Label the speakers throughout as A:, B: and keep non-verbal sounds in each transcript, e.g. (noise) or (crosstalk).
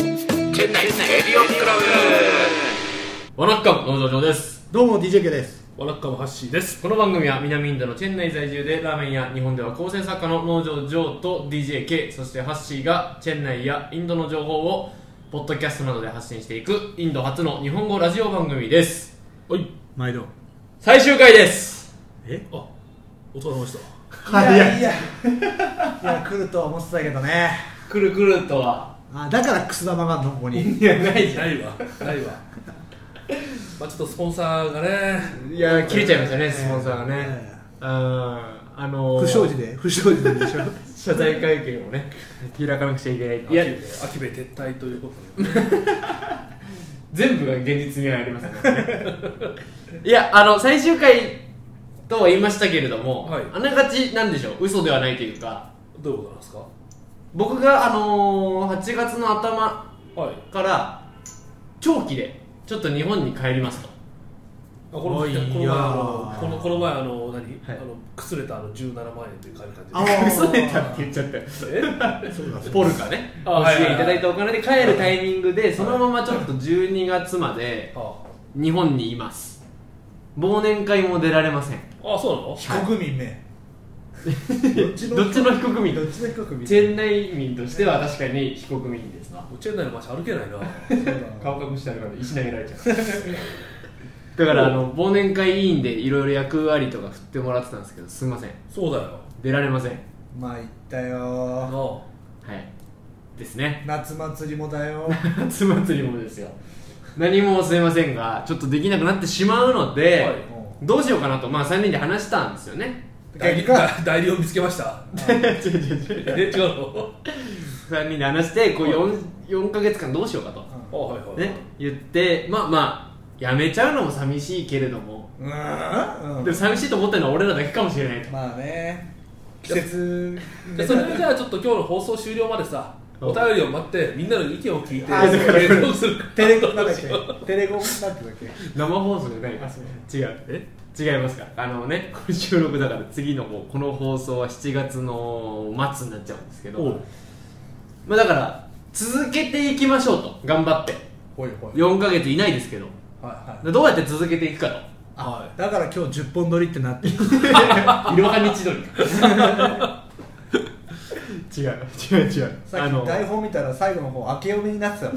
A: 店内エリオンクラブワナッカム農場です
B: どうも DJK です
C: わらっかもハッシーです
A: この番組は南インドのチェン内在住でラーメンや日本では構成作家の農場ジョーと DJK そしてハッシーがチェン内やインドの情報をポッドキャストなどで発信していくインド初の日本語ラジオ番組です
C: おい
B: 毎度
A: 最終回です
B: え
C: あお疲れ様でした
B: はいやいやいや来るとは思ってたけどね
A: くるくるとは
B: あだからくす玉があんのここに
A: いやないじゃん
C: ないわないわまあちょっとスポンサーがね
A: いや切れちゃいましたねスポンサーがね、
B: え
A: あーあのー、
B: 不祥事で (laughs) 不祥事ででしょ
A: 謝罪会見をね開かなくちゃいけない
C: いや秋部撤退ということで
A: 全部が現実味がありますね (laughs) いやあの最終回とは言いましたけれども、
C: はい
A: あながちなんでしょう嘘ではないというか
C: どういうことなんですか
A: 僕があのー、8月の頭
C: はい
A: から長期でちょっと日本に帰りますと
C: あこの
A: おい
C: 前この前
A: いや
C: あ
B: ー
C: のこのこの前あの何、
A: はい
C: あの崩れたあの17万円という感じ
B: あ
C: で
B: ー
A: 嘘ネタって言っちゃったよ
C: え
B: そうだそう
A: ポルカね
C: あはい
A: 教えていただいたお金で帰るタイミングでそのままちょっと12月まで
C: あ
A: 日本にいます忘年会も出られません
C: ああそうなの
B: 非国民めどっち
A: どっちの非国民
B: どっちの非国民
A: チェン内民としては確かに非国民ですな
C: チェン内の街歩けないな
A: 顔隠してあるから石投げら (laughs) れちゃうだからあの忘年会委員でいろいろ役割とか振ってもらってたんですけどすみません
C: そうだよ
A: 出られませんは
B: まあ行った
C: あ
B: よ
C: の
A: いですね (laughs)
B: 夏祭りもだ (laughs) よ
A: 夏祭りもですよ何もすいませんがちょっとできなくなってしまうので、
C: はい
B: も
A: どうしようかなとまあ3人で話したんですよね
B: う
C: 代
B: 結
C: 理
B: 果
C: 代理を見つけました
A: (laughs) 違う違う違う
C: え違うの
A: 3人で話してこう 4, 4ヶ月間どうしようかと、
C: あはいはいはい
A: ね、言ってまあまあやめちゃうのも寂しいけれども
B: うんうん
A: でも寂しいと思ってるのは俺らだけかもしれないと
B: まあね季節
C: じゃあそれでじゃあちょっと今日の放送終了までさ
A: うん
C: お便りを待ってみんなの意見を聞いて
B: あだから
C: どうするか
B: テレコなん
C: ど
B: だ
C: う
B: っ
C: し (laughs)
B: け
C: よう
B: テレコなんだっけ
A: 生放送じゃない
B: あそう
A: 違うえ違いますかあのねこれ収録だから次のこうこの放送は7月の末になっちゃうんですけ
C: お
A: ど
C: う、
A: まあ、だから続けていきましょうと頑張って
B: ほいほい
A: 4ヶ月いないですけど
C: はい
A: どうやって続けていくか
B: (laughs)
C: は
B: だから今日10本撮りってなってる
A: といろは日取り違う違う違う
B: さっき台本見たら最後の方明け読みになってたもん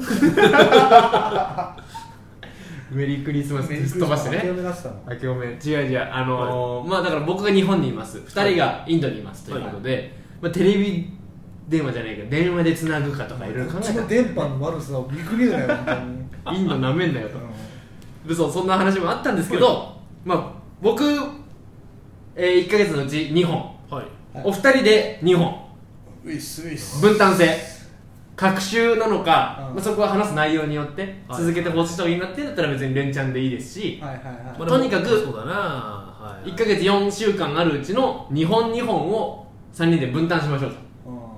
A: メリークリスマスってすっ飛ばして
B: 明け
A: ね
B: 読みになってたもん
A: 明けおめ違う違うあのーまあだから僕が日本にいます2人がインドにいますということで、まあ、テレビ電話じゃないけど電話でつなぐかとかいろいろ考
B: こっ
A: え
B: ちの
A: た
B: 電波の悪さを見くびるなよ本当に
A: インドなめんなよと
B: う
A: 嘘そんな話もあったんですけど、まあ僕、えー、1か月のうち2本
C: いはい
B: はい
A: お二人で2本
B: んウィスウィス
A: 分担制隔週なのか、
B: うん
A: まあ、そこは話す内容によって
C: はい
A: 続けてほしいといいなってだったら別に連チャンでいいですし、
B: はいはいはい
C: まあ
A: とにかく
C: でもそうだなはい
A: 1か月4週間あるうちの2本2本を3人で分担しましょうと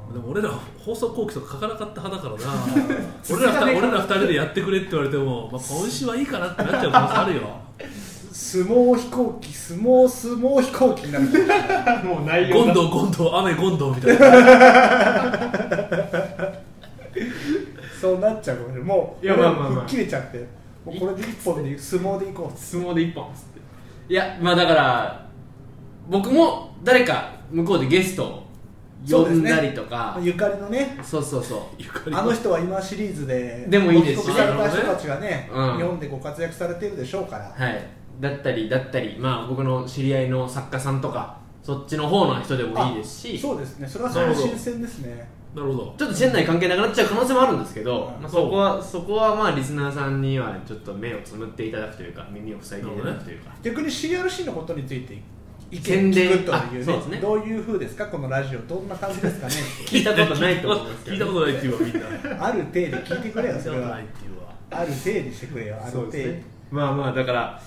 B: うん
C: でも俺ら放送後期とか書かなかった派だからな (laughs)
B: 続
C: 俺ら
B: かねえ
C: 二
B: か
C: 俺ら二人でやってくれって言われても、まあ、今週はいいかなってなっちゃう可能性あるよ
B: 相撲飛行機相撲相撲飛行機になる
A: もう内
C: ゴンドウゴンドウ雨ゴンドウみたいな
B: そうなっちゃうかもしれないもう
A: いやまあまあまあ
B: 吹っ切れちゃってもうこれで一本で相撲でいこう
A: 相撲で一本っつっていやまあだから僕も誰か向こうでゲストを呼んだりとか
B: ゆかりのね
A: そうそうそう
C: ゆかり
B: あの人は今シリーズで
A: でもいいですし
B: 帰国された人たちがね、
A: うん
B: 日本でご活躍されてるでしょうから、
A: はいだったりだったりまあ僕の知り合いの作家さんとかそっちの方の人でもいいですしちょ
B: そうですねそれはそれは新鮮ですね
C: なるほど
A: っとチェン内関係なくなっちゃう可能性もあるんですけど、
B: うん
A: まあ、そこはそこはまあリスナーさんにはちょっと目をつむっていただくというか耳を塞いでいただくというか、
B: 逆に CRC のことについて意見
A: 宣伝
B: 聞くという
A: あ
B: ね
A: そうですね
B: どういう風ですかこのラジオどんな感じです
A: (laughs)
B: かね
A: 聞いたことないと思うんですけ
C: 聞いた
A: ど、
C: こ
A: ね、
C: とないって言うわみんな
B: ある体で聞いてくれよ
C: 聞い
B: そ
C: た
B: れ
C: ことな
B: はい
C: って言うわ
B: ある体にしてくれよある
A: そうで
B: 体
A: すねまあまあだから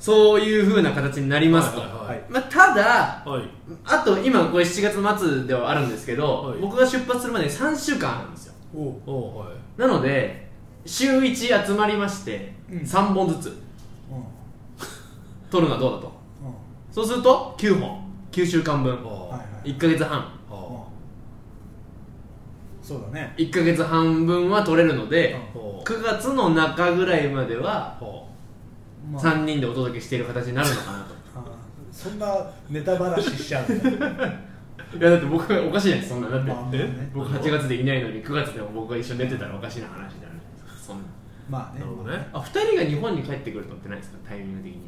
A: そういうふうな形になりますと、
C: はいはい
A: まあ、ただ
C: はい、はい、
A: あと今これ7月末ではあるんですけど、
C: はい
A: 僕が出発するまで3週間あるんですよ
B: おう
C: おうはい
A: なので週1集まりまして
B: うん
A: 3本ずつ
B: うんうん
A: 取るのはどうだとそうすると9本9週間分
C: ああ、
B: はいはい
A: 1ヶ月半
C: ああ
B: うんそうだね
A: 1か月半分は取れるので、
C: ほう
A: 9月の中ぐらいまでは
C: ほ
B: まあ
A: 3人でお届けしている形になるのかなと
B: あーそんなネタ話しちゃう
A: (laughs)
B: んだ
A: いやだって僕がおかしいですそんなだって、
B: まあまあね
A: 僕8月でいないのに9月でも僕が一緒に出てたらおかしな話になるそんな
B: まあ
C: う
B: ね
C: なるほどね
A: あ2人が日本に帰ってくるのってないですかタイミング的に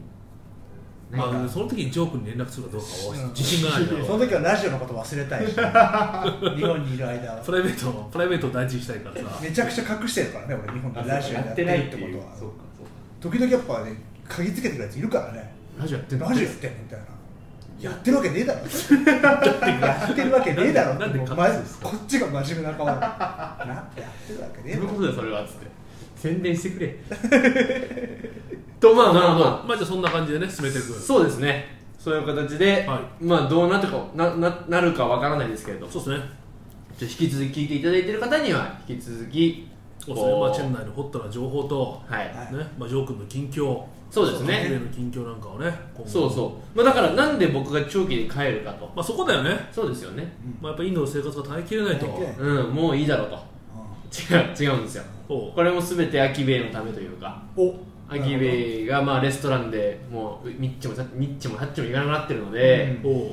C: ま
A: ない
C: あ、その時にジョー君に連絡するかどうか
B: うん
C: は自信がないだ
B: そ
C: ろ
B: の時はラジオのこと忘れたい
A: (laughs)
B: し日本にいる間は
C: プライベートをプライベートを大事にしたいからさ
B: めちゃくちゃ隠してるからね俺日本で
A: あ
B: ラジオやってないってことは
A: そうかそうか
B: 時々やっぱね鍵つけてくるやついるからね
A: ラジオやってんの
B: ラジオやってんのみたいなやってるわけねえだろやってるわけねえだ (laughs) ろ
C: なんでなんで
B: まずこっちが真面目な顔だなやってるわけねえ
A: 自分
B: だろ
A: こそだよそれはっつって宣伝してくれ (laughs) と (laughs) まあまあまあ
C: まあじゃあそんな感じでね進めていくそう
A: そうですねそういう形で、
C: は
A: まあどうなってかなななるかわからないですけれど
C: ですね
A: ちょ引き続き聞いていただいている方には引き続き
C: そうですねまあチェン内のホットな情報と、
A: はい、
B: はい
C: ねまあ、ジョー君の近況
A: そうですね
C: 上の近況なんかをね今後
A: そうそう、まあ、だからなんで僕が長期で帰るかと
C: まあそこだよね、
A: そうですよね
C: まあ、やっぱインドの生活が耐えきれないと
B: 耐えきれない
A: うんもういいだろうと (laughs) 違う違うんですよ
C: そう
A: これも全てアキベイのためというか
B: うんお
A: アキベイがまあレストランでもうミッチもサッミッチもタッチも行かなくなってるので、
C: おう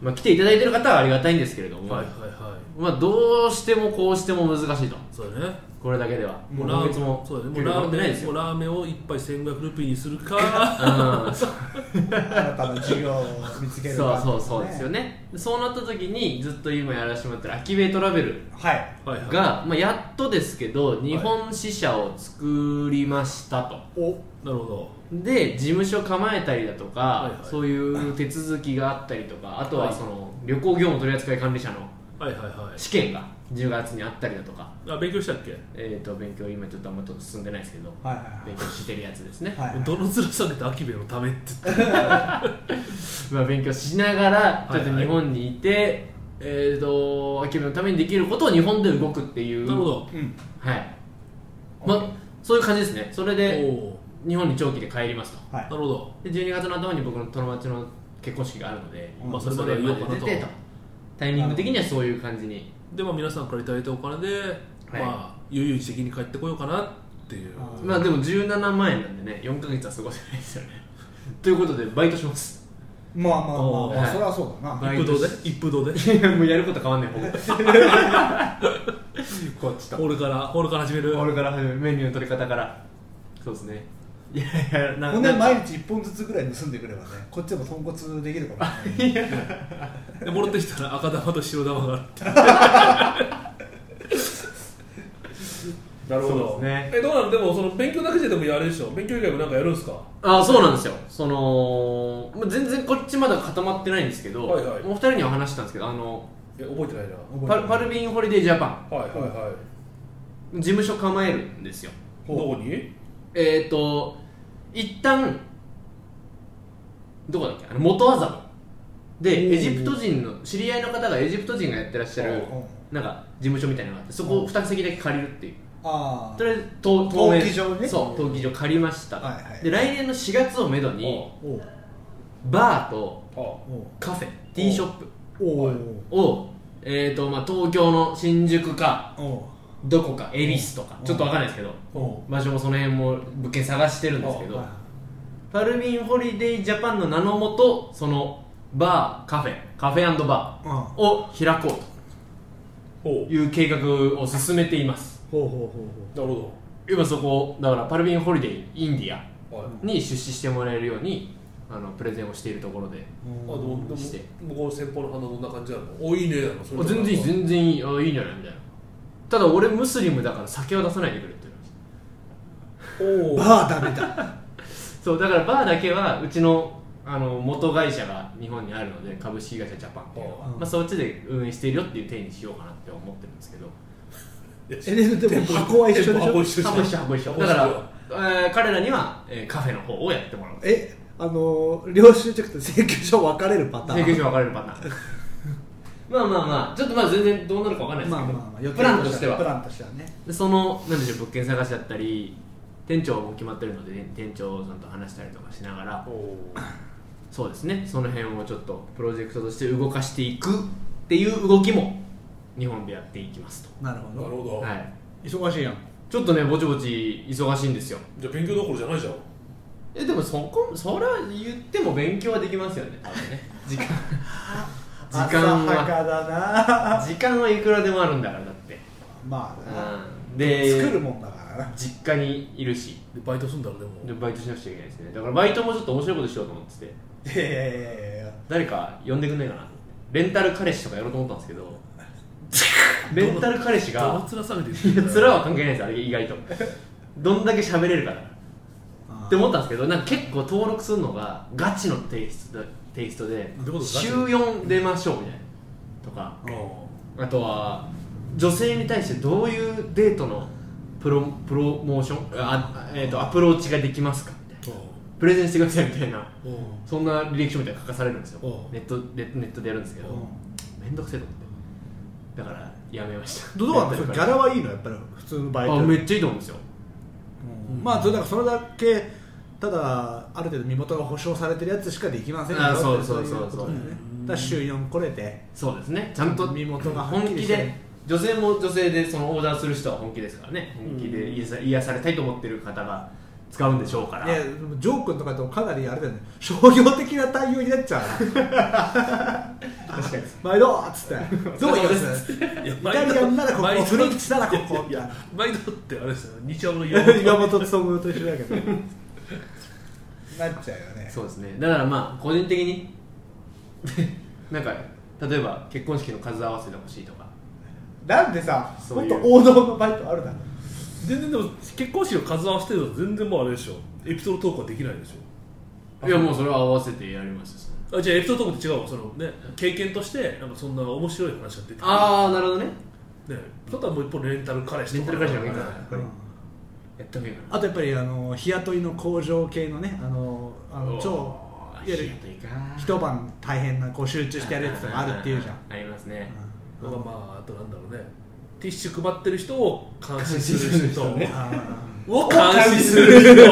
A: まあ、来ていただいている方はありがたいんですけれども、
C: はいはいはい
A: まあ、どうしてもこうしても難しいと
C: そうだね
A: これだけでは
C: も
A: もう今
C: うラーメ
A: 月
C: ン
A: も
C: そうだねも
A: 給
C: う
A: 料
C: ラ
A: 上が
C: ー
A: ってない
C: メ
A: です
C: ン
A: よ
C: もうラーメンを一杯1500ルピーにす
A: (laughs)
C: るか
A: うんそう
B: 新たな事業を見つけるわけ
A: そうそうですよねそうなった時にずっと今やらせてもらってるアキベイトラベル
B: はい
C: はいはい
A: が、まあ、やっとですけど日本支社を作りましたと、
B: お
C: なるほど
A: で事務所構えたりだとか、
C: はいはい
A: そういう手続きがあったりとかあと
C: は
A: はいその、旅行業務取扱管理者の
C: はいはいは
A: 試験が10月にあったりだとか、
C: いあ勉強したっけ、
A: えー、と勉強今ちょっとあんまちょっと進んでないですけど
B: はいはい
A: 勉強してるやつですね、
B: はいはい
C: どの面下げてアキベのためって言って
A: まあ、勉強しながら
C: い
A: ちょっと日本にいて、えー、と秋のためにできることを日本で動くっていう
C: なるほど
B: うん
A: はいま、そういう感じですねそれ
C: お
A: で
C: お
A: 日本に長期で帰りますと
B: は
C: ないるほど
A: で12月の頭に僕の友達の結婚式があるので、
B: うんまあ
A: そ
C: そ
A: れ
C: れ
A: ま
C: ま
A: で
C: で
A: まあ
C: 言おうかなと
A: 出てとタイミング的にはそういう感じに
C: でも皆さんからいただいたお金で、
A: はい
C: まあ悠々自適に帰ってこようかなっていう
B: あー
A: まあでも17万円なんでね4ヶ月は過ごせないですよね (laughs) ということでバイトします
B: まあまあまあま
A: は
B: あ
A: い
B: それはそうだ
A: は
B: な
A: バイ
C: 一
A: ト
C: 風
A: し
C: 堂で一風堂 (laughs) で
A: い (laughs) やもうやること変わんないほぼ (laughs) こっち
C: ホ
A: と
C: ールからホールから始める
A: 俺から始めるメニューの取り方からそうですねいやいやな
B: 骨
A: な
B: 毎日1本ずつぐらい盗んでくればねこっちでも豚骨できるかもしれない
C: で戻ってきたら赤玉と白玉があるって (laughs) な
A: るほどそうですね
C: えどうなのでもその勉強だけじゃでもやるでしょ勉強以外もなんかやるんですか
A: あそうなんですよそのまあ全然こっちまだ固まってないんですけど、
C: はいはい
A: お二人には話したんですけどあの
C: え覚えてないな
A: パルパルビンホリデージャパン
C: はいはいはい
A: 事務所構えるんですよ
C: どこに
A: えっ、ー、と一旦どこだっけあの元麻布
B: お
A: で
B: ー
A: エジプト人の知り合いの方がエジプト人がやってらっしゃる
B: うん
A: なんか事務所みたいなのがあってそこを2席だけ借りるっていう
B: ああ
A: とりあえずと当面
B: 登記場ね
A: そう登記場借りました、
B: はいはい
A: で来年の4月をめどに
B: おう
A: バーと
C: あ
B: おう
A: カフェティーショッ
B: おうお
C: はいう
A: プを、えーとまあ、東京の新宿か
B: おう
A: どこか恵比寿とか
B: うん
A: ちょっとわかんないですけど
B: お
A: 場所もその辺も物件探してるんですけ
B: う
A: ど、
B: はい
A: パルミンホリデージャパンの名のもとそのバーカフェカフェバ
B: うん
A: ーを開こ
C: ほ
A: うという計画を進めています
B: ほうほうほ
C: うなるほ
A: 今そこだからパルミンホリデーインディア
C: どはい
A: に出資してもらえるようにあのプレゼンをしているところで
B: う
C: あで
B: ほう
C: もでも
A: して
C: 向こうの先方の反応どんな感じなのおいいねなの
A: あ
C: そとも
A: 全然いい全然いいあいいんじゃないみたいなただ俺ムスリムだから酒は出さないでくれって言われまし
C: おお
B: バーダメだ
A: たそうだからバーだけはうちのあの元会社が日本にあるので株式会社ジャパンっていうのは、
B: うん
A: まあ、そっちで運営しているよっていう体にしようかなって思ってるんですけど
B: (laughs) えでも箱は一緒でし
C: 箱
B: ょ
C: 一緒でしょ
A: 箱一緒箱一緒
C: 箱
A: だ
C: 一緒
A: から、えー彼らには、えーカフェの方をやってもらう
B: えあのー領収チェックと請求書分かれるパターン
A: 請求書分かれるパター
B: (laughs)
A: ンまあまあまあちょっとまあ全然どうなるか分かんないです
B: ま
A: け
B: あ
A: ど、
B: まあまあ予定
A: プランとして
B: プ
A: は
B: ランとしてはね
A: でそのなんでしょう物件探しだったり店長も決まってるので、ね店長さんと話したりとかしながら
C: おお
A: そうですねその辺をちょっとプロジェクトとして動かしていくっていう動きも日本でやっていきます
B: なるほ
C: なる
B: ど
C: ほど、
A: と、はい、
B: 忙しいやん
A: ちょっとねぼちぼち忙しいんですよ
C: じゃあ勉強どころじゃないじゃん
A: えでもそこそれは言っても勉強はできますよね多分ね時間時間
B: 浅は
A: は
B: かだな
A: 時間はいくらでもあるんだからだって、
B: (laughs) まあな
A: うん、で
B: 作るもんだからな
A: 実家にいるし
C: でバイトすんだろでも
A: でバイトしなくちゃいけないですねだからバイトもちょっと面白いことしようと思ってて
B: いやいやいやいや
A: 誰か呼んでくんないかなと思ってレンタル彼氏とかやろうと思ったんですけどレンタル彼氏
C: どの
A: が
C: 面下げて
A: いや
C: る
A: 面は関係ないですあれ意
B: (laughs)
A: 外とどんだけ喋れるかだからって思ったんですけどなんか結構登録するのがガチのテイストテイストで
C: どういうこと
A: 週4出ましょうみたいなとかあとは女性に対してどういうデートのプロプロモーションあ、えー、とアプローチができますかみたいなプレゼンしてくださいみたいな
C: うん
A: そんな履歴書みたいなの書かされるんですよ
C: うん
A: ネットネネットでやるんですけど
C: うん
A: めんどくせえと思ってだからやめました
B: どうなんです
A: や
B: か
A: っ
B: ギ
A: た
B: ャ
A: り
B: ラはいいのやっぱり普通のバイ
A: あ
B: ト
A: めっちゃいいと思うんですよ
B: うんまあそれだからそれだけただある程度身元が保証されてるやつしかできませんよ
A: あそう
B: って
A: そうそう
B: いことだよね
C: そ
B: だ
C: う
B: から週4来れて
A: そうですねちゃんと
B: 身元がはっ
A: 本
B: きり
A: 気
B: して
A: で女性も女性でそのオーダーする人は本気ですからね本気で癒さ癒されたいと思ってる方が使うんでしょうから
B: いやでもジョー君とかとかなりあれだよね商業的な対応になっちゃう (laughs) な
A: 確かに
B: 毎度っつって「どうよ」っつっ
A: (laughs)
B: て
C: い
B: 「
C: や
B: イ
C: バ
B: タ
C: イ
B: リア
C: ト
B: ンならこ
C: バイ
B: こ
C: ト
B: フレンチならここ」み
C: い
B: たい
C: や
B: な
C: バイトってあれですよ日曜の
B: (laughs)
C: 夜
B: 岩本勉と一緒だけどなっちゃうよね
A: そうですねだからまあ個人的に (laughs) なんか例えば結婚式の数合わせてほしいとか
B: なんでさ
A: そ
B: も
A: うい
B: っ
A: う
B: と王道のバイトあるだろ
C: 全然でも結婚式の数合わせてるの全然もうあれでしょエピソードトークはできないでしょ
A: いやもうそれは合わせてやりましたその
C: あじゃあエピソードトークって違うわそのね経験としてなんかそんな面白い話が出てくる
A: ああなるほどね
C: ねちょっとはもう一方レンタル彼氏
A: レン
C: と
A: タ
C: か
A: ル会社の方がいいかなやっぱ
B: う
A: り
B: ん
A: やった方がいいかな
B: あとやっぱりあの日雇いの工場系のねあのあの超
A: おー
B: いわゆる
A: 日雇いか
B: 一晩大変なこう集中してやるやつとかあるっていうじゃん、
A: ありますね
C: まあまああとなんだろうねティッシュ配ってる人を監視する人
A: 監視する人ね
C: を監視する人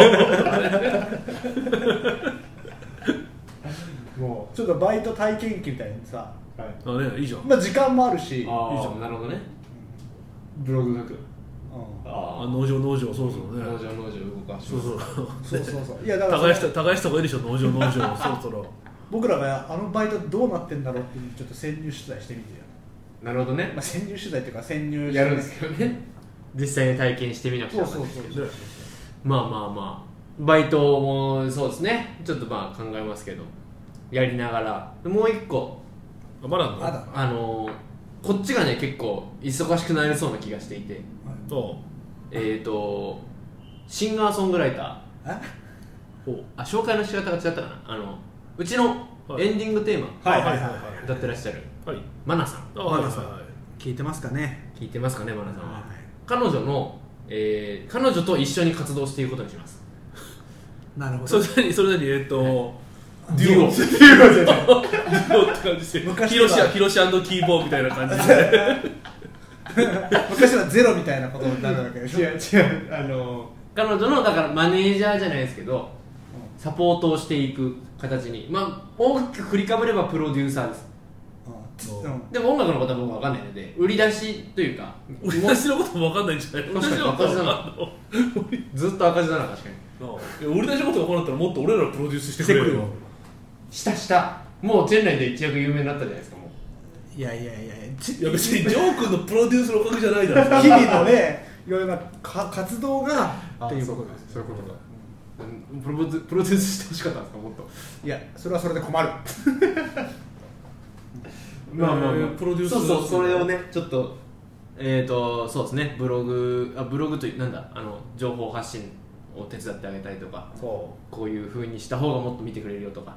B: もうちょっとバイト体験記みたいにさ、
C: あねいいじゃん
B: まあ、時間もあるし
A: あ
C: いいじゃ
A: あ
C: ん
A: なるほどねブログ書く
B: う
A: あ
C: あ
A: あ
C: 農場農場そろそろね
A: 農場農場動かし
C: そ
A: ま
C: う
A: す
C: そ
B: う
C: う
B: んそうそうそういやだから
C: 高橋高橋とかいるでしょ農場農場そろそろ
B: 僕らがあのバイトどうなってんだろうっていうちょっと潜入取材してみてよ、
A: なるほどね
B: まあ、潜入取材っていうか潜入して
A: やるんですけどね実際に体験してみなくちゃ
B: そう
A: わかん
B: そう
A: ない
B: そう
C: ね
A: まあまあまあバイトもそうですねちょっとまあ考えますけどやりながらもう一個
C: あまだあんの
B: まだ
A: あのーこっちがね結構忙しくなりそうな気がしていて
C: そ
A: えっ、ー、とシンガーソングライター
B: え
A: あ紹介の仕方が違ったかなあのうちの
C: はい
A: エンディングテーマ
C: う
B: はいはいはい
A: 歌ってらっしゃる
C: はいはい
A: マナさん
C: あはいは
B: ま
C: い
B: だ
C: は
B: 聞いてますかね
A: 聞いてますかねマナさんは
B: は
A: 彼女の、えー彼女と一緒に活動していくことにします
B: いなるほ
C: い
B: ど
C: それなりそれなりえっ (laughs) と
A: デュオ
B: デュオ
C: デュオって感じで
B: 昔
C: ヒロシ
B: は
C: ヒロシキーボーみたいな感じで
B: (laughs) 昔はゼロみたいなことになるわけでしょ
A: 違う違うあの彼女のだからマネージャーじゃないですけどサポートをしていく形にまあ大きく振りかぶればプロデューサーです
B: うんうん
A: でも音楽のことは僕分かんないので売り出しというか
C: 私のことも分かんないんじゃない
A: 確かに
C: のことも分かんない
A: ずっと赤字だな確かに
C: いや俺たちのことが分かんなかったらもっと俺らのプロデュースして
B: して
C: くれる
B: くれ
C: よ
B: よ
A: したしたもうチェン内で一躍有名になったじゃないですかもう
B: いやいやいやち
C: いや別にジョー君のプロデュースのおかげじゃないだろ
B: (laughs) 日々のねいろいろなか活動がっていうことです
A: そういうことだプロデュプロデュースしてほしかったんですかもっと
B: いやそれはそれで困る
A: まあまあ、まあ
C: えープロデュース
A: そうそうそれをねちょっとえっ、とそうですねブログあブログというなんだあの情報発信を手伝ってあげたりとか
C: そ
A: こういうふうにした方がもっと見てくれるよとか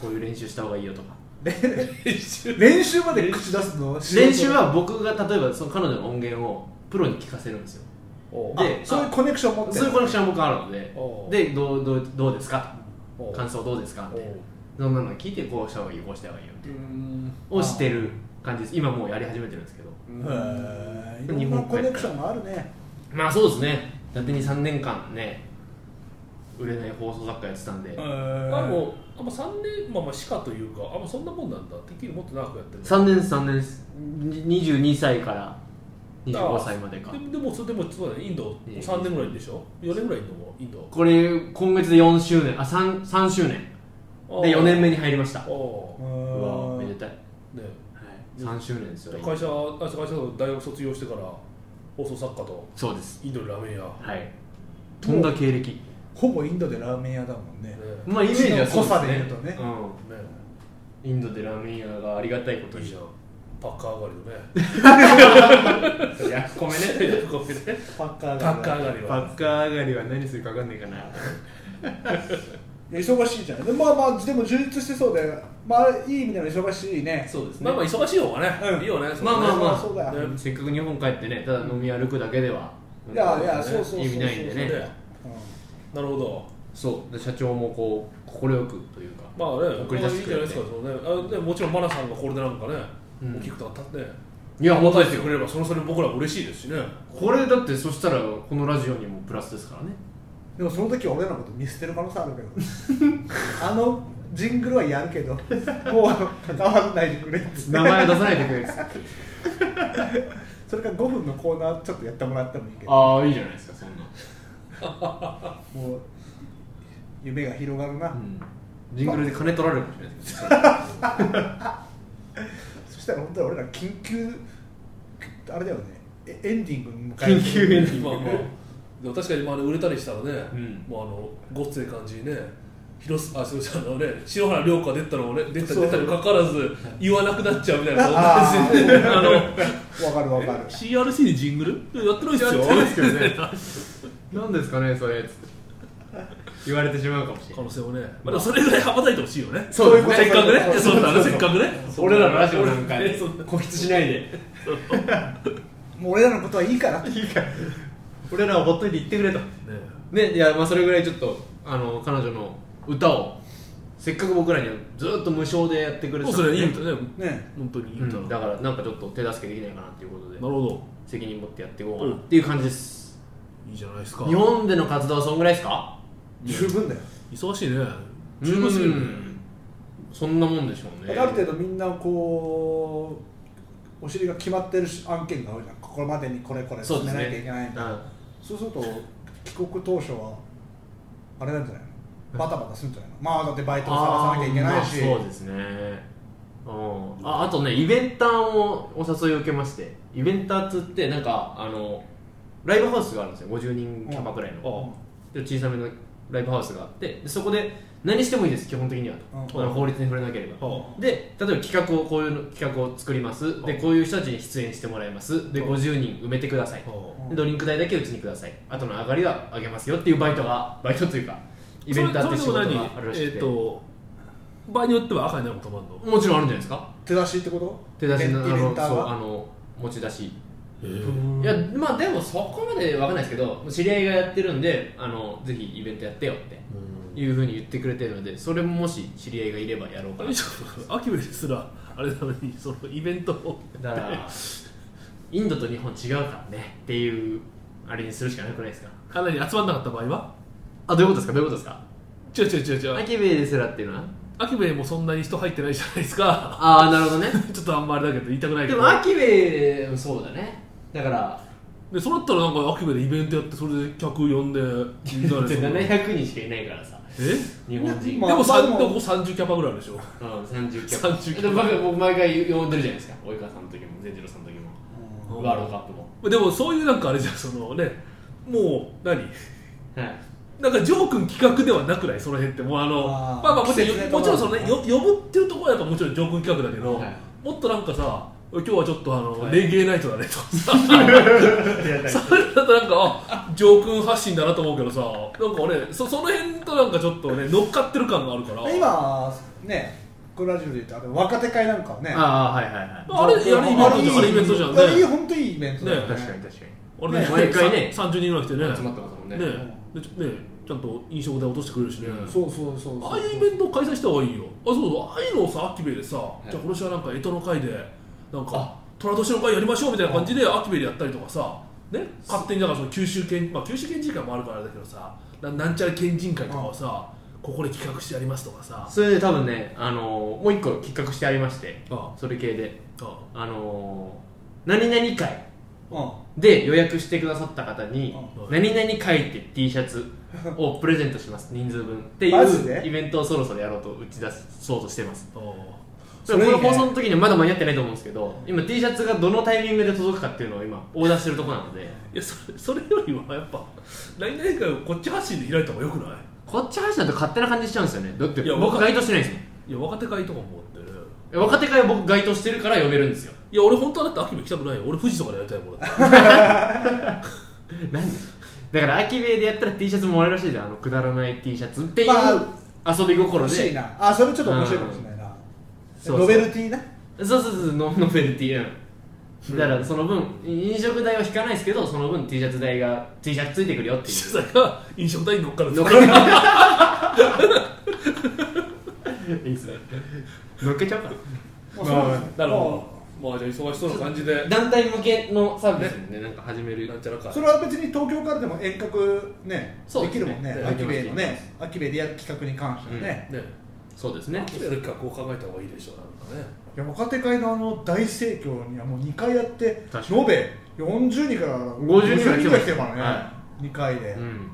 A: こういう練習した方がいいよとか
C: う
B: 練習まで口出すの
A: 練習は僕が例えばその彼女の音源をプロに聞かせるんですよ
B: あ
A: で
B: そういうコネクション持って
A: そういうコネクションは僕あるので
C: おう
A: でどうどうどうですか
C: おう
A: 感想どうですかみたいなそんなの聞いてこうした方がいいよこうした方がいいよみたいな
C: うん
A: をしてる感じです今もうやり始めてるんですけど
B: へーいろんなコネクションがあるね
A: まあそうですね伊達に3年間ね売れない放送作家やってたんで、
B: あ
C: あもあんま3年まあまあ歯科というかあんまそんなもんなんだてっきりもっと長くやってる
A: 3年です3年ですに22歳から25歳までか
C: ででもそれでもそうだねインド
A: ええ
C: 3年ぐらいでしょ4年ぐらいいんのもインド
A: これ今月で4周年あ三 3, 周年で4年目に入りました
C: あああ
A: うわめで
B: う
A: たい、は
C: あね
A: い、3周年ですよ
C: 会社あ会社の大学卒業してから放送作家と
A: そうです
C: インドのラーメン屋、ね
A: はい飛んだ経歴
B: ほぼインドでラーメン屋だもんね
A: まあイメージはそうです
B: 濃さで
A: ね
B: 言うとね
A: うん、インドでラーメン屋がありがたいこと
C: ねいい
A: に
C: じゃんパッカー上がりのね
A: やごめ (laughs) ん
C: いやごめんね
B: パッカー
C: パ
B: が
C: ッカー上がりは
A: バッカー上がりは何するか分かんないかな
B: 忙しいじゃないでまあまあでも充実してそうでまあいい意味での忙しいね
A: そうです
C: まあまあ忙しい方がね、
B: うん
C: いいよねそ
A: ま
C: の
A: あ
C: ね
A: まあまあ
B: そうだ
C: よ
A: せっかく日本帰ってねただ飲み歩くだけではい
B: やいやそうそうそうそう
A: 意味ないんでね
C: ねなるほど
A: そうで社長もこう快くというか
C: まあね
A: 送り出してくれて
C: まあいいんじゃないですかそのねあでもちろんマナさんがこれでなんか
A: う
C: ね、
A: ん
C: 大きくなったってね
A: いや本当ですよ
C: くれればそのそれ僕らも嬉しいですし
A: (laughs)
C: ね
A: これだってそしたらこのラジオにもプラスですからね
B: でもその時は俺らのこと見捨てる可能性あるけど (laughs) あのジングルはやるけど (laughs) もう関わらないでくれっつって
A: 名前出さないでくれっつって
B: それから5分のコーナーちょっとやってもらってもいいけ
A: (laughs)
B: ど
A: ああいいじゃないですかそんな、
B: もう夢が広がるな、
A: うん、ジングルで金取られるかもしれないですけど
B: そしたら本当に俺ら緊急あれだよねえエンディングに迎える
A: 緊急エンディング
C: まあまあでも確かにまあね売れたりしたらね、
A: うん
C: もうあのごっつい感じにね広すあそうじゃあのね篠原涼子が出たのをね出た
B: そう
C: 出たにもかかわらず言わなくなっちゃうみたいな感じで (laughs) あの
B: わかるわかる
C: CRC にジングルやってないっすよ
A: やってないっすけどね (laughs) 何ですかねそれっつって言われてしまうかもしれ
C: (laughs) 可
A: ない
C: 能性もね、まあ、でもそれぐらい羽ばたいてほしいよね
A: (laughs) そうですね
C: せっかくね
B: そう
C: そうだねせっかくね
A: (laughs) 俺らのラジオなんか (laughs)
C: ね
A: ね
C: (laughs) そう
A: 固執しないで
B: もう俺らのことはいいから
A: いいから俺らをほっといて言ってくれと
C: ね
A: ねいやまあそれぐらいちょっとあの彼女の歌をせっかく僕らにはずっと無償でやってくれ
C: も
A: てた
C: うそ
A: んで
C: れいい歌ね
B: ね
C: 本当にいい歌、
A: うん、だ
C: なる
A: からなんかちょっと手助けできないかなっていうことで
C: ほど
A: 責任持ってやっていこうかなっていう感じです、
C: いいじゃないですか
A: 日本での活動はそんぐらいですか
B: 十分だよ
C: 忙しいね十分すぎるね
A: うんそんなもんでしょうね
B: ある程度みんなこうお尻が決まってるし案件が多いじゃんここまでにこれこれ
A: そ
B: 進
A: うで
B: め
A: すね
B: なきゃいけないみたいな
A: うん
B: そうすると帰国当初はあれなんじゃないのバタバタするんじゃないのまあだってバイトを探さなきゃいけないし
A: あーまあそうですねうんああとねイベンターもお誘いを受けましてイベンターっつってなんかあのライブハウスがあるんですよ50人キャパくらいの、
C: あ
A: で小さめのライブハウスがあってでそこで何してもいいです基本的にはと、
B: うん
A: あの法律に触れなければ、
C: あ
A: で例えば企画をこういうの企画を作りますで
C: うん
A: こういう人たちに出演してもらいますで
C: うん
A: 50人埋めてください
C: あ
A: でドリンク代だけうちにくださいあとの上がりはあげますよっていうバイトがバイトというかイベンターって仕事があるらし
C: え
A: く、
C: ってと場合によっては赤になることもあるの
A: もちろんあるんじゃないですか
B: 手出しってこと
A: 手出しのあ
B: イベ
A: の
B: ンター
A: そうあ
B: は
A: の持ち出し
B: うん
A: いやまあでもそこまでわかんないですけど知り合いがやってるんであのぜひイベントやってよっていうふうに言ってくれてるのでそれももし知り合いがいればやろうかな
C: アキベですらあれなのにそのイベントを
A: だから (laughs) インドと日本違うからねっていうあれにするしかなくないですか
C: かなり集まんなかった場合は
A: あどういうことですかどういうことですか
C: 違う違う違う違
A: ア
C: う
A: キベイですらっていうのは
C: アキベもそんなに人入ってないじゃないですか (laughs)
A: ああなるほどね
C: ちょっとあんまりだけど言いたくないけ
A: で
C: ど
A: もアキベイもそうだねだから
C: でそうなったらなんかアキベでイベントやってそれで客呼んでみんなでその
A: 700人し (laughs) かいないからさ
C: え
A: 日本人、
B: まあ
C: でもさん
B: でも
C: でもここ30キャパぐらいあるでしょ
A: うん、30キャ
C: 30キャップ
A: でも僕僕毎回呼んでるじゃないですか及川さんの時も善次郎さんの時も
B: うん
A: ワールドカップも
C: でもそういうなんかあれじゃんそのねもう何
A: はい
C: なんかジョー君企画ではなくないその辺ってもうあの
B: あー
C: まあまあもち
B: 季節
C: ろん
B: ね
C: もちろんそのねよ呼ぶっていうところはやっぱもちろんジョー君企画だけど、
A: はい
C: もっとなんかさ今日はちょっとあの、
A: はい
C: レゲエナイトだねとかさそれだとなんかあジョー君発信だなと思うけどさなんかねそその辺となんかちょっとね乗っかってる感があるから
B: 今ねこのラジオで言うとあれ若手会なんかはね
A: ああはいはいはい
C: あれあれイベントじゃんあれイベントじゃんね
B: あれいい本当いいイベントだよね
A: 確かに確か
C: あれね
A: ね毎回ね
C: さ30人ぐらい来てね
A: に集まってますもんね
C: ねでちょねちゃんと飲食代落としてくれるしね、
A: うん
B: そうそうそうそう
C: ああいうイベントを開催した方がいいよあそうそうああいうのをさアキベでさ、
A: い
C: じゃあ今年はなんか干支の会でなんか
A: あ
C: 虎年の会やりましょうみたいな感じでアキベでやったりとかさね勝手にだからその九州県まあ九州県人会もあるからあれだけどさななんちゃら県人会とかをさここで企画してやりますとかさ
A: それで多分ね、あのーもう一個企画してありまして
C: あ
A: それ系で
C: あ
A: あのー何々会
B: う
A: で予約してくださった方に
C: う
A: 「
C: ん
A: 何々会」って T シャツをプレゼントします人数分ってい
B: マジで
A: うイベントをそろそろやろうと打ち出そうとしてます
C: あ
A: それこ
B: それ
A: の
B: いいね
A: 放送の時にはまだ間に合ってないと思うんですけど今 T シャツがどのタイミングで届くかっていうのを今オーダーしてるとこなので
C: いやそれそれよりはやっぱ来年会をこっち発信で開いた方がよくない
A: こっち話だと勝手な感じしちゃうんですよねだって
C: いや
A: 僕
C: わか
A: 該当してないんですもん
C: いや若手会とかもあってね
A: いや若手会は僕該当してるから呼べるんですよ
C: いや俺本当はだって秋も行きたくないよ俺富士とかでやりたいもんだって (laughs)
A: 何だから秋兵衛でやったら T シャツもらえるらしいじゃんあのくだらない T シャツっていう
B: ま
A: 遊び
B: ん
A: 心
B: 欲しい
A: で
B: なあそれちょっと面白いかもしれないな
A: そうそ
B: ノ
A: う
B: ベルティな
A: そうそうそうノノベルティうんだからその分飲食代は引かないですけどその分 T シャツ代が T シャツついてくるよっ
C: (laughs)
A: てい
C: 富士
A: う
C: さんが飲食代に乗っかるんです
A: 乗っ
C: よ
A: けいいっすね乗っけちゃおうか
B: もうそうなんですよ
C: なるほどまあじゃあ忙しそうな感じで
A: 団体向けのサービスもねなんか始める
C: なんちゃらか
B: それは別に東京からでも遠隔ね
A: そうです
B: でき
A: ね
B: るもんね
A: で
B: アキベイの
A: でき
B: ねアキベイでやる企画に関してはね、
C: ね
A: そうですね
C: 秋でやる企画を考えた方がいいでしょうなんかね
B: いや若手会のあの大盛況にはもう2回やって延
A: 確かに
B: べ40人から
A: 50人ぐらい来てます
B: 50来てるからね、
A: は
B: 2回で
A: う、ん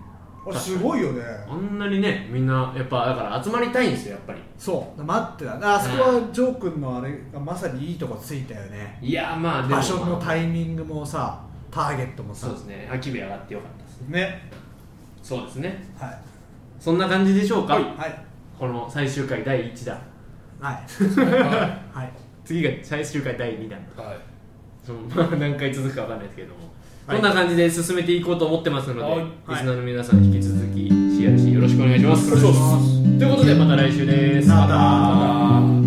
B: あれすごいよね
A: あんなにねみんなやっぱだから集まりたいんですよやっぱり
B: そう待ってたああそこはジョー君のあれがまさにいいとこついたよね
A: いやーまあでも
B: 場所のタイミングもさターゲットもさ
A: そうですね秋部上がってよかったです
B: ね
A: そうですね
B: はい
A: そんな感じでしょうか、
B: はい
A: この最終回第1弾
B: はい
C: は
A: (laughs)
B: はい
A: 次が最終回第2弾
C: い、はい
A: そのまあ何回続くかわかんないですけども、
B: はい
A: こんな感じで進めていこうと思ってますので、
C: はい
A: リスナーの皆さん引き続き CRC よろしくお願いします
B: お願いします
A: ということでまた来週です
B: さよなら
A: また